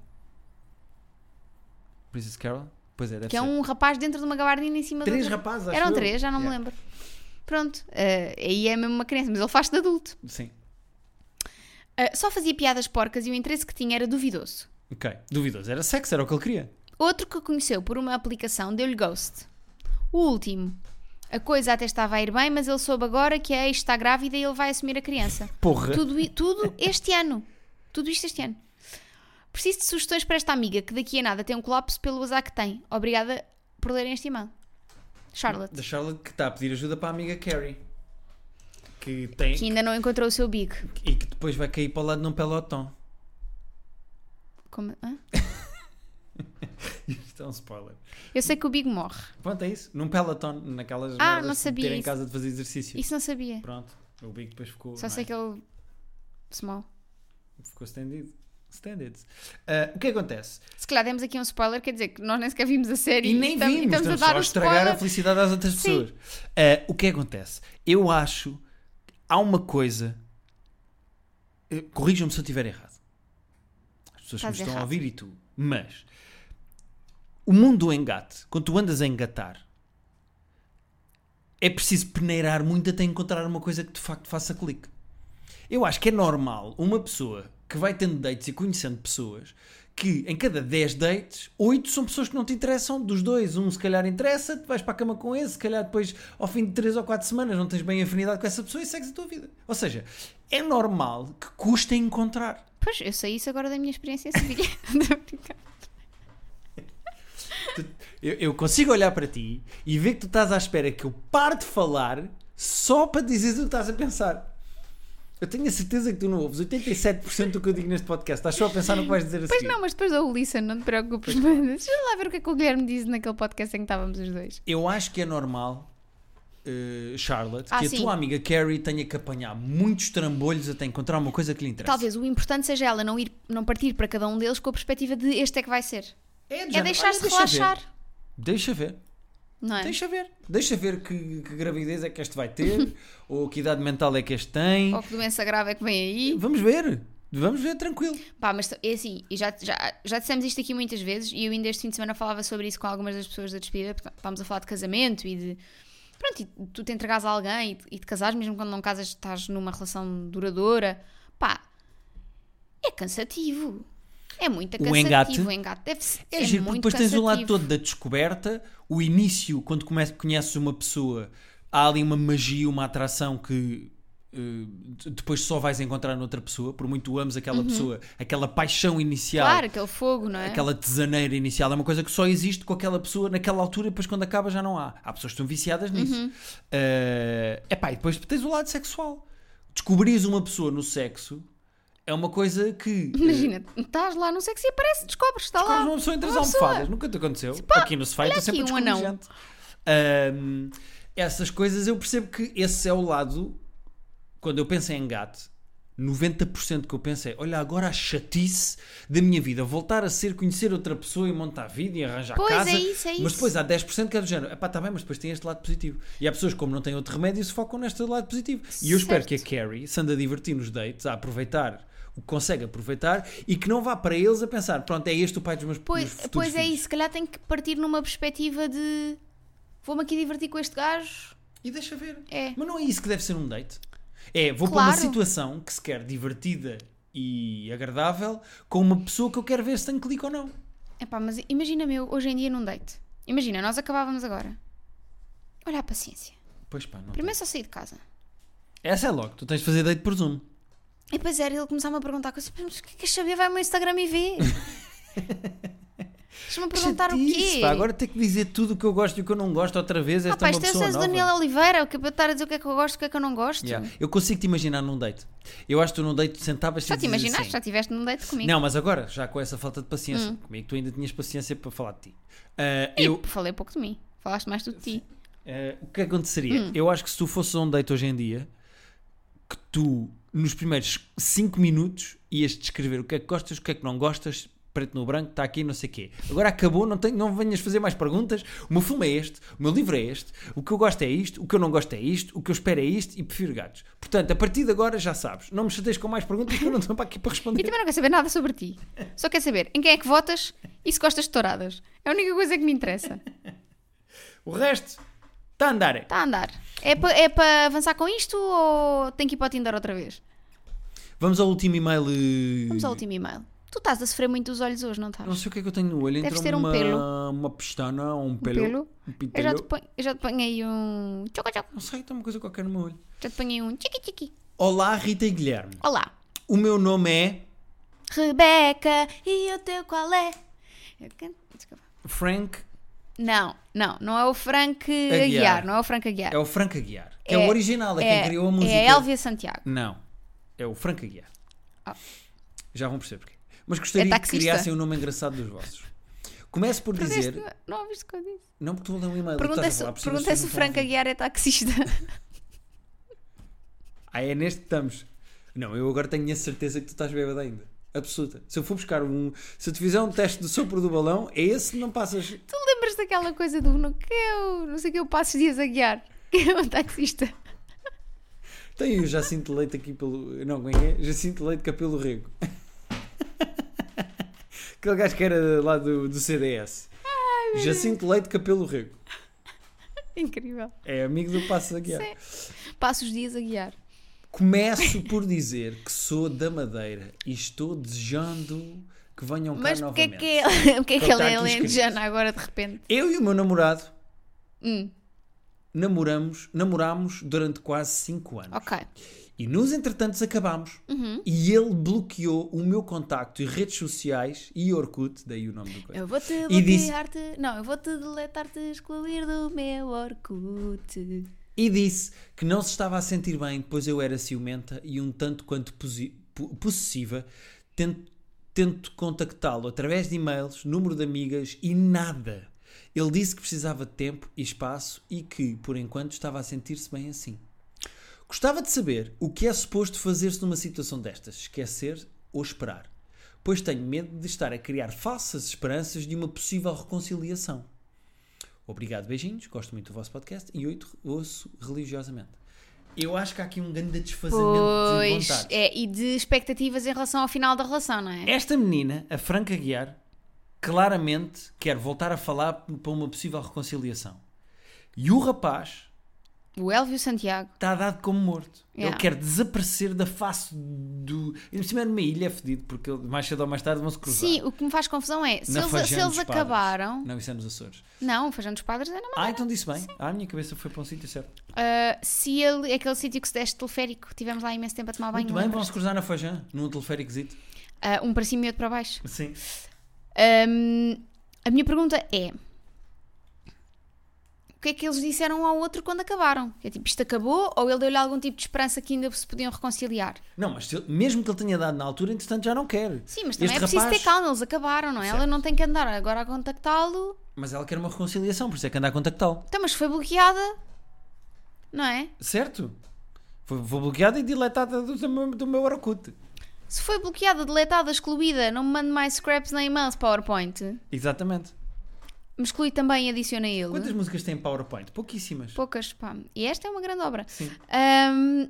Speaker 2: Princess Carol? Pois é, deve
Speaker 1: que é
Speaker 2: ser.
Speaker 1: um rapaz dentro de uma gabardina em cima
Speaker 2: Três
Speaker 1: do...
Speaker 2: rapazes, acho
Speaker 1: Eram
Speaker 2: eu.
Speaker 1: três, já não
Speaker 2: Yeah.
Speaker 1: me lembro. Pronto, eh, aí é mesmo uma criança, mas ele faz-se de adulto.
Speaker 2: Sim.
Speaker 1: Eh, só fazia piadas porcas e o interesse que tinha era duvidoso.
Speaker 2: Ok. Duvidoso. Era sexo, era o que ele queria.
Speaker 1: Outro que conheceu por uma aplicação deu-lhe ghost. O último. A coisa até estava a ir bem, mas ele soube agora que a ex está grávida e ele vai assumir a criança.
Speaker 2: Porra.
Speaker 1: Tudo, i- tudo este ano. Tudo isto este ano. Preciso de sugestões para esta amiga que daqui a nada tem um colapso pelo azar que tem. Obrigada por lerem este e-mail. Charlotte,
Speaker 2: Da Charlotte que está a pedir ajuda para a amiga Carrie. Que tem.
Speaker 1: que ainda não encontrou o seu big.
Speaker 2: E que depois vai cair para o lado um num pelotão.
Speaker 1: Como- hã?
Speaker 2: Isto é um spoiler.
Speaker 1: Eu sei que o big morre.
Speaker 2: Pronto, é isso. Num pelotão, naquelas
Speaker 1: Ah,
Speaker 2: merdas
Speaker 1: não
Speaker 2: de
Speaker 1: sabia
Speaker 2: ter em
Speaker 1: isso.
Speaker 2: casa de fazer exercício.
Speaker 1: Isso não sabia.
Speaker 2: Pronto. O Big depois ficou.
Speaker 1: Só
Speaker 2: não
Speaker 1: sei
Speaker 2: é?
Speaker 1: que ele. Small.
Speaker 2: Ficou estendido. Standard. Ah, o que acontece?
Speaker 1: Se calhar demos aqui um spoiler, quer dizer que nós nem sequer vimos a série
Speaker 2: E nem
Speaker 1: tam-
Speaker 2: vimos, estamos só a estragar a felicidade às outras
Speaker 1: um Sim.
Speaker 2: pessoas. Ah, o que acontece? Eu acho que há uma coisa. eh, Corrijam-me se eu estiver errado. As pessoas que me
Speaker 1: Estás
Speaker 2: estão a
Speaker 1: errado.
Speaker 2: ouvir e tu. Mas o mundo do engate, quando tu andas a engatar, é preciso peneirar muito até encontrar uma coisa que de facto faça clique. Eu acho que é normal uma pessoa que vai tendo dates e conhecendo pessoas que em cada 10 dates, 8 são pessoas que não te interessam, dos dois, um se calhar interessa, tu vais para a cama com esse, se calhar depois ao fim de 3 ou 4 semanas não tens bem afinidade com essa pessoa e segues a tua vida. Ou seja, é normal que custa encontrar.
Speaker 1: Pois, eu sei isso agora da minha experiência em Sevilha. Estou a brincar.
Speaker 2: Eu, eu consigo olhar para ti e ver que tu estás à espera que eu pare de falar só para dizeres o que estás a pensar. Eu tenho a certeza que tu não ouves 87% do que eu digo neste podcast. Estás só a pensar no que vais dizer a
Speaker 1: Pois
Speaker 2: seguir.
Speaker 1: não, mas depois dou o listen, não te preocupes. Mas deixa lá ver o que é que o Guilherme diz naquele podcast em que estávamos os dois.
Speaker 2: Eu acho que é normal, eh, Charlotte,
Speaker 1: Ah,
Speaker 2: que a
Speaker 1: sim.
Speaker 2: tua amiga Carrie tenha que apanhar muitos trambolhos até encontrar uma coisa que lhe interessa.
Speaker 1: Talvez o importante seja ela não, ir, não partir para cada um deles com a perspectiva de este é que vai ser.
Speaker 2: É, do
Speaker 1: É
Speaker 2: género,
Speaker 1: deixar-se
Speaker 2: olha,
Speaker 1: relaxar,
Speaker 2: Deixa ver. Deixa ver.
Speaker 1: não é?
Speaker 2: Deixa ver. Deixa ver que, que gravidez é que este vai ter, ou que idade mental é que este tem.
Speaker 1: Ou que doença grave é que vem aí.
Speaker 2: Vamos ver. Vamos ver, tranquilo.
Speaker 1: Pá, mas é assim, e já, já, já dissemos isto aqui muitas vezes e eu ainda este fim de semana falava sobre isso com algumas das pessoas da despedida, porque estávamos a falar de casamento e de. Pronto, e tu te entregares a alguém e, e te casares, mesmo quando não casas, estás numa relação duradoura. Pá, é cansativo. É muito cansativo.
Speaker 2: engate?
Speaker 1: o engate deve ser.
Speaker 2: É,
Speaker 1: É,
Speaker 2: giro, porque
Speaker 1: muito
Speaker 2: depois tens
Speaker 1: cansativo.
Speaker 2: o lado todo da descoberta, o início, quando come- conheces uma pessoa, há ali uma magia, uma atração que eh, d- depois só vais encontrar noutra pessoa, por muito tu ames aquela pessoa, aquela paixão inicial,
Speaker 1: Uhum. Claro, aquele fogo, não é?
Speaker 2: aquela tesaneira inicial, é uma coisa que só existe com aquela pessoa naquela altura, e depois quando acaba já não há. Há pessoas que estão viciadas nisso.
Speaker 1: Uhum.
Speaker 2: Eh, epá, e depois tens o lado sexual. Descobrires uma pessoa no sexo é uma coisa que. eh,
Speaker 1: Imagina, estás lá, não sei o que se aparece, descobres, está
Speaker 2: Comes
Speaker 1: lá.
Speaker 2: uma pessoa entre as
Speaker 1: Uma pessoa.
Speaker 2: almofadas. Nunca te aconteceu. aqui no sofá eu
Speaker 1: olha
Speaker 2: estou sempre
Speaker 1: aqui
Speaker 2: a
Speaker 1: um anão.
Speaker 2: descobrir gente. Ahm, essas coisas eu percebo que esse é o lado. Quando eu penso em engate, 90% que eu penso é: olha, agora a chatice da minha vida, voltar a ser, conhecer outra pessoa e montar vida e arranjar
Speaker 1: Pois,
Speaker 2: casa.
Speaker 1: é isso, é
Speaker 2: Mas
Speaker 1: isso.
Speaker 2: depois há 10% que é do género: é pá, está bem, mas depois tem este lado positivo. E há pessoas, como não têm outro remédio, se focam neste lado positivo. E eu espero
Speaker 1: Certo.
Speaker 2: que a Carrie se anda a divertir nos dates, a aproveitar o que consegue aproveitar e que não vá para eles a pensar: pronto, é este o pai dos meus dos
Speaker 1: Pois,
Speaker 2: futuros
Speaker 1: pois é
Speaker 2: filhos."
Speaker 1: isso, se calhar tem que partir numa perspectiva de vou-me aqui divertir com este gajo.
Speaker 2: E deixa ver.
Speaker 1: É.
Speaker 2: Mas não é isso que deve ser um date. É, vou para
Speaker 1: Claro.
Speaker 2: uma situação que se quer divertida e agradável com uma pessoa que eu quero ver se tem clique ou não.
Speaker 1: Epá, mas imagina-me eu hoje em dia num date. Imagina, nós acabávamos agora. Olha a paciência.
Speaker 2: Pois pá, não.
Speaker 1: Primeiro só saí de casa.
Speaker 2: Essa é logo, tu tens de fazer date por Zoom.
Speaker 1: E depois era ele começava a perguntar coisas. Mas o que queres saber? Vai ao meu Instagram e vê. Deixa-me perguntar o
Speaker 2: Chatice,
Speaker 1: quê?
Speaker 2: pá, agora ter que dizer tudo o que eu gosto e o que eu não gosto outra vez.
Speaker 1: ah,
Speaker 2: Esta
Speaker 1: pá,
Speaker 2: é uma
Speaker 1: isto é o
Speaker 2: pessoa
Speaker 1: César
Speaker 2: nova.
Speaker 1: Daniel Oliveira. O que é para eu estar a dizer o que é que eu gosto, o que é que eu não gosto.
Speaker 2: Yeah. Eu consigo te imaginar num date. Eu acho que tu num date te sentavas e
Speaker 1: Já te
Speaker 2: dizias
Speaker 1: imaginaste?
Speaker 2: assim,
Speaker 1: Já estiveste num date comigo? Hum.
Speaker 2: Não, mas agora, já com essa falta de paciência, comigo tu ainda tinhas paciência para falar de ti. Ah,
Speaker 1: E
Speaker 2: eu,
Speaker 1: falei pouco de mim. Falaste mais do de ti.
Speaker 2: Eh, o que aconteceria?
Speaker 1: Hum.
Speaker 2: Eu acho que se tu fosses a um date hoje em dia, que tu, nos primeiros 5 minutos, ias descrever o que é que gostas, o que é que não gostas, preto no branco, está aqui, não sei o quê. Agora acabou, não, tenho, não venhas fazer mais perguntas. O meu filme é este, o meu livro é este, o que eu gosto é isto, o que eu não gosto é isto, o que eu espero é isto e prefiro gatos. Portanto, a partir de agora já sabes. Não me chateias com mais perguntas que eu não estou para aqui para
Speaker 1: E
Speaker 2: responder.
Speaker 1: também não quero saber nada sobre ti. Só quero saber em quem é que votas e se gostas de touradas. É a única coisa que me interessa.
Speaker 2: O resto está a andar.
Speaker 1: Está a andar. É para é pa avançar com isto ou tem que ir para o Tinder outra vez?
Speaker 2: Vamos ao último e-mail. eh,
Speaker 1: Vamos ao último e-mail. Tu estás a sofrer muito dos olhos hoje, não estás?
Speaker 2: Não sei o que é que eu tenho no olho.
Speaker 1: Deve
Speaker 2: Entrou
Speaker 1: ser um
Speaker 2: uma,
Speaker 1: pelo.
Speaker 2: uma pestana ou um pelo.
Speaker 1: pelo?
Speaker 2: Um
Speaker 1: Eu
Speaker 2: pintelho.
Speaker 1: já, te ponho, eu já te ponho aí um. Tchoco, tchoco.
Speaker 2: Não sei, está uma coisa qualquer no meu olho.
Speaker 1: Já te ponho aí um. Tchiqui, tchiqui.
Speaker 2: Olá, Rita e Guilherme.
Speaker 1: Olá.
Speaker 2: O meu nome é
Speaker 1: Rebeca, e o teu qual é? Eu can- Desculpa.
Speaker 2: Frank.
Speaker 1: Não, não, não é o Frank
Speaker 2: Aguiar.
Speaker 1: Aguiar, não é o Frank Aguiar.
Speaker 2: É o Frank Aguiar. Que é, o original, é, quem criou a música.
Speaker 1: É a Elvia Santiago.
Speaker 2: Não. É o Frank Aguiar.
Speaker 1: Ah.
Speaker 2: Já vão perceber porquê. Mas gostaria
Speaker 1: É
Speaker 2: que
Speaker 1: taxista.
Speaker 2: criassem um nome engraçado dos vossos. Começo por
Speaker 1: Perdeste-
Speaker 2: dizer.
Speaker 1: Não ouviste o que eu disse?
Speaker 2: Não, porque tu lê um e-mail.
Speaker 1: Pergunta
Speaker 2: estás a
Speaker 1: se,
Speaker 2: falar, por cima
Speaker 1: pergunta
Speaker 2: vocês
Speaker 1: se
Speaker 2: não
Speaker 1: o Frank
Speaker 2: estão a ouvir.
Speaker 1: Aguiar é taxista.
Speaker 2: Ah, é neste que estamos. Não, eu agora tenho a certeza que tu estás bêbado ainda. Absoluta. Se eu for buscar um. Se eu te fizer um teste do sopro do balão, é esse, não passas.
Speaker 1: tu lembras daquela coisa do no que eu, não sei o que eu passo os dias a guiar? Que é um taxista.
Speaker 2: Tem o Jacinto Leite aqui pelo. Não, como é que é? Jacinto Leite Capelo Rego. Aquele gajo que era lá do, do CDS. Jacinto Leite Capelo Rego.
Speaker 1: Incrível.
Speaker 2: É amigo do Passo da Guiar.
Speaker 1: Passo os dias a guiar.
Speaker 2: Começo por dizer que sou da Madeira e estou desejando que venham cá
Speaker 1: Mas porque é
Speaker 2: novamente.
Speaker 1: que ele, porque é que ele
Speaker 2: Então tá
Speaker 1: é
Speaker 2: aqui escrito.
Speaker 1: alentejano agora de repente?
Speaker 2: Eu e o meu namorado
Speaker 1: Hum,
Speaker 2: namoramos, namorámos durante quase 5 anos.
Speaker 1: ok. Uhum.
Speaker 2: E nos entretantos acabámos. E ele bloqueou o meu contacto e redes sociais e Orkut, daí o nome do coisa.
Speaker 1: Eu vou-te
Speaker 2: E disse-
Speaker 1: bloquear-te. Não, eu vou-te deletar-te, excluir do meu Orkut.
Speaker 2: E disse que não se estava a sentir bem, pois eu era ciumenta e um tanto quanto posi- po- possessiva. Tento, tento contactá-lo através de e-mails, número de amigas e nada. Ele disse que precisava de tempo e espaço e que, por enquanto, estava a sentir-se bem assim. Gostava de saber o que é suposto fazer-se numa situação destas, esquecer ou esperar, pois tenho medo de estar a criar falsas esperanças de uma possível reconciliação. Obrigado, beijinhos, gosto muito do vosso podcast e oito ouço religiosamente. Eu acho que há aqui um grande desfazamento de
Speaker 1: Pois,
Speaker 2: vontade.
Speaker 1: é, e de expectativas em relação ao final da relação, não é?
Speaker 2: Esta menina, a Franca Guiar, claramente quer voltar a falar para uma possível reconciliação. E o rapaz
Speaker 1: O Elvio Santiago.
Speaker 2: está dado como morto. Ele
Speaker 1: Yeah.
Speaker 2: quer desaparecer da face do. Em cima de uma ilha é fedido, porque ele- mais cedo ou mais tarde vão se cruzar.
Speaker 1: Sim, o que me faz confusão é, se
Speaker 2: Na
Speaker 1: eles,
Speaker 2: Fajã
Speaker 1: se eles
Speaker 2: dos Padres.
Speaker 1: acabaram...
Speaker 2: Não, isso é nos Açores.
Speaker 1: Não, o Feijão dos Padres é na Madeira.
Speaker 2: Ah, então disse bem. Ah, a minha cabeça foi para um sítio certo.
Speaker 1: Ah, se ele, aquele sítio que se desce de teleférico, tivemos lá imenso tempo a tomar banho,
Speaker 2: Muito bem,
Speaker 1: lembras?
Speaker 2: vão se cruzar na Fajã, num teleféricozito.
Speaker 1: Ah, um para cima e outro para baixo.
Speaker 2: Sim.
Speaker 1: Ahm, a minha pergunta é: o que é que eles disseram um ao outro quando acabaram? É tipo, isto acabou? Ou ele deu-lhe algum tipo de esperança que ainda se podiam reconciliar?
Speaker 2: Não, mas se ele- mesmo que ele tenha dado na altura, entretanto já não quer.
Speaker 1: Sim, mas também
Speaker 2: Este
Speaker 1: é preciso
Speaker 2: rapaz-
Speaker 1: ter calma, eles acabaram, não é? Ela
Speaker 2: Certo.
Speaker 1: não tem que andar agora a contactá-lo.
Speaker 2: Mas ela quer uma reconciliação, por isso é que anda a contactá-lo.
Speaker 1: Então, mas foi bloqueada, não é?
Speaker 2: Certo? Foi, foi bloqueada e diletada do, do meu, do meu Orkut.
Speaker 1: Se foi bloqueada, deletada, excluída, não me mande mais scraps nem e-mails PowerPoint.
Speaker 2: Exatamente.
Speaker 1: Me exclui também e adiciona ele.
Speaker 2: Quantas músicas têm PowerPoint? Pouquíssimas.
Speaker 1: Poucas, pá. E esta é uma grande obra.
Speaker 2: Sim.
Speaker 1: Ahm,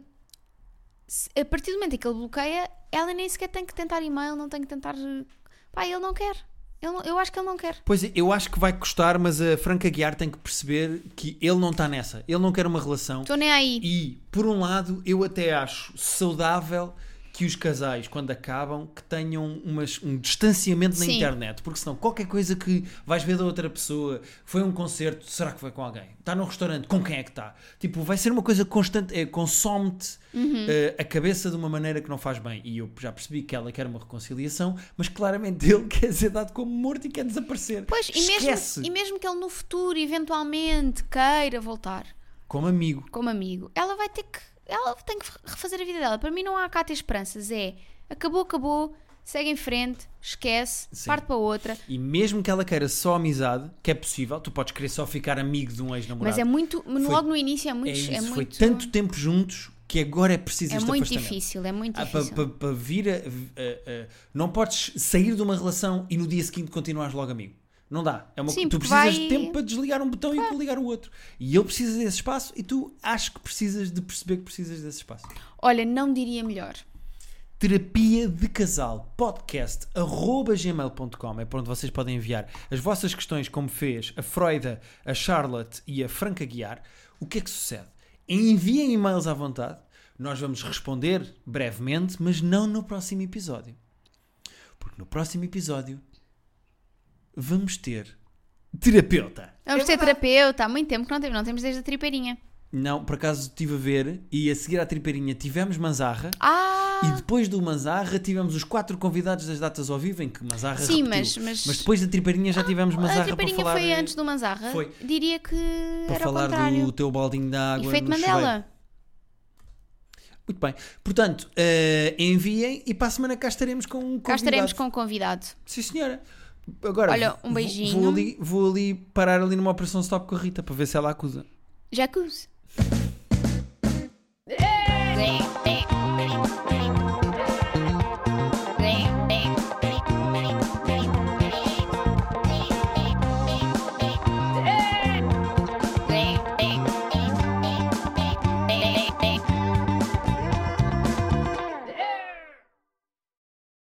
Speaker 1: se- a partir do momento em que ele bloqueia, ela nem sequer tem que tentar e-mail, não tem que tentar. eh, Pá, ele não quer. Ele não- eu acho que ele não quer.
Speaker 2: Pois é, eu acho que vai custar, mas a Franca Guiar tem que perceber que ele não está nessa. Ele não quer uma relação.
Speaker 1: Estou nem aí.
Speaker 2: E, por um lado, eu até acho saudável que os casais, quando acabam, que tenham umas- um distanciamento na
Speaker 1: Sim.
Speaker 2: internet, porque senão qualquer coisa que vais ver da outra pessoa, foi um concerto, será que foi com alguém? Está num restaurante, com quem é que está? Tipo, vai ser uma coisa constante, é, consome-te
Speaker 1: Uhum.
Speaker 2: eh, a cabeça de uma maneira que não faz bem. E eu já percebi que ela quer uma reconciliação, mas claramente ele quer ser dado como morto e quer desaparecer.
Speaker 1: Pois, e
Speaker 2: Esquece,
Speaker 1: mesmo, e mesmo que ele no futuro eventualmente queira voltar
Speaker 2: como amigo.
Speaker 1: como amigo, ela vai ter que. Ela tem que refazer a vida dela. Para mim, não há cá ter esperanças. É acabou, acabou. segue em frente, esquece,
Speaker 2: Sim.
Speaker 1: parte para outra.
Speaker 2: E mesmo que ela queira só amizade, que é possível, tu podes querer só ficar amigo de um ex-namorado.
Speaker 1: Mas é muito, logo no início é
Speaker 2: É
Speaker 1: muito,
Speaker 2: isso,
Speaker 1: é
Speaker 2: foi
Speaker 1: muito,
Speaker 2: tanto tempo juntos que agora é preciso
Speaker 1: é
Speaker 2: este
Speaker 1: muito
Speaker 2: afastamento.
Speaker 1: difícil, é muito
Speaker 2: Ah, para,
Speaker 1: difícil.
Speaker 2: vir a, a- a- Não podes sair de uma relação e no dia seguinte continuares logo amigo. Não dá. É uma,
Speaker 1: Sim,
Speaker 2: tu
Speaker 1: porque
Speaker 2: precisas
Speaker 1: vai-
Speaker 2: de tempo para desligar um botão e ligar o outro. E ele precisa desse espaço e tu acho que precisas de perceber que precisas desse espaço.
Speaker 1: Olha, não diria melhor. É um
Speaker 2: Terapia de Casal podcast arroba gmail.com é para onde vocês podem enviar as vossas questões, como fez a Freuda, a Charlotte e a Franca Guiar. O que é que sucede? Enviem e-mails à vontade, nós vamos responder brevemente, mas não no próximo episódio. Porque no próximo episódio vamos ter terapeuta.
Speaker 1: Vamos
Speaker 2: É
Speaker 1: ter
Speaker 2: verdade.
Speaker 1: terapeuta, há muito tempo que não temos, não temos desde a tripeirinha.
Speaker 2: Não, por acaso estive a ver e a seguir à tripeirinha tivemos Manzarra.
Speaker 1: Ah!
Speaker 2: E depois do Manzarra tivemos os quatro convidados das datas ao vivo, em que Manzarra
Speaker 1: Sim,
Speaker 2: repetiu.
Speaker 1: mas- mas- Ah,
Speaker 2: depois da Tripeirinha já tivemos
Speaker 1: a
Speaker 2: Manzarra para
Speaker 1: tripeirinha
Speaker 2: falar,
Speaker 1: foi
Speaker 2: de-
Speaker 1: antes do Manzarra.
Speaker 2: Foi.
Speaker 1: Diria que
Speaker 2: para
Speaker 1: era o
Speaker 2: falar
Speaker 1: contrário.
Speaker 2: do teu baldinho de água
Speaker 1: Efeito
Speaker 2: no chuveiro.
Speaker 1: Mandela.
Speaker 2: Muito bem. Portanto, eh, enviem e para a semana cá estaremos com um convidado.
Speaker 1: Cá estaremos com um convidado.
Speaker 2: Sim, senhora. Agora,
Speaker 1: Olha,
Speaker 2: vo-
Speaker 1: um beijinho.
Speaker 2: Vou, ali, vou ali parar ali numa operação stop com a Rita para ver se ela acusa.
Speaker 1: Jacuzzi.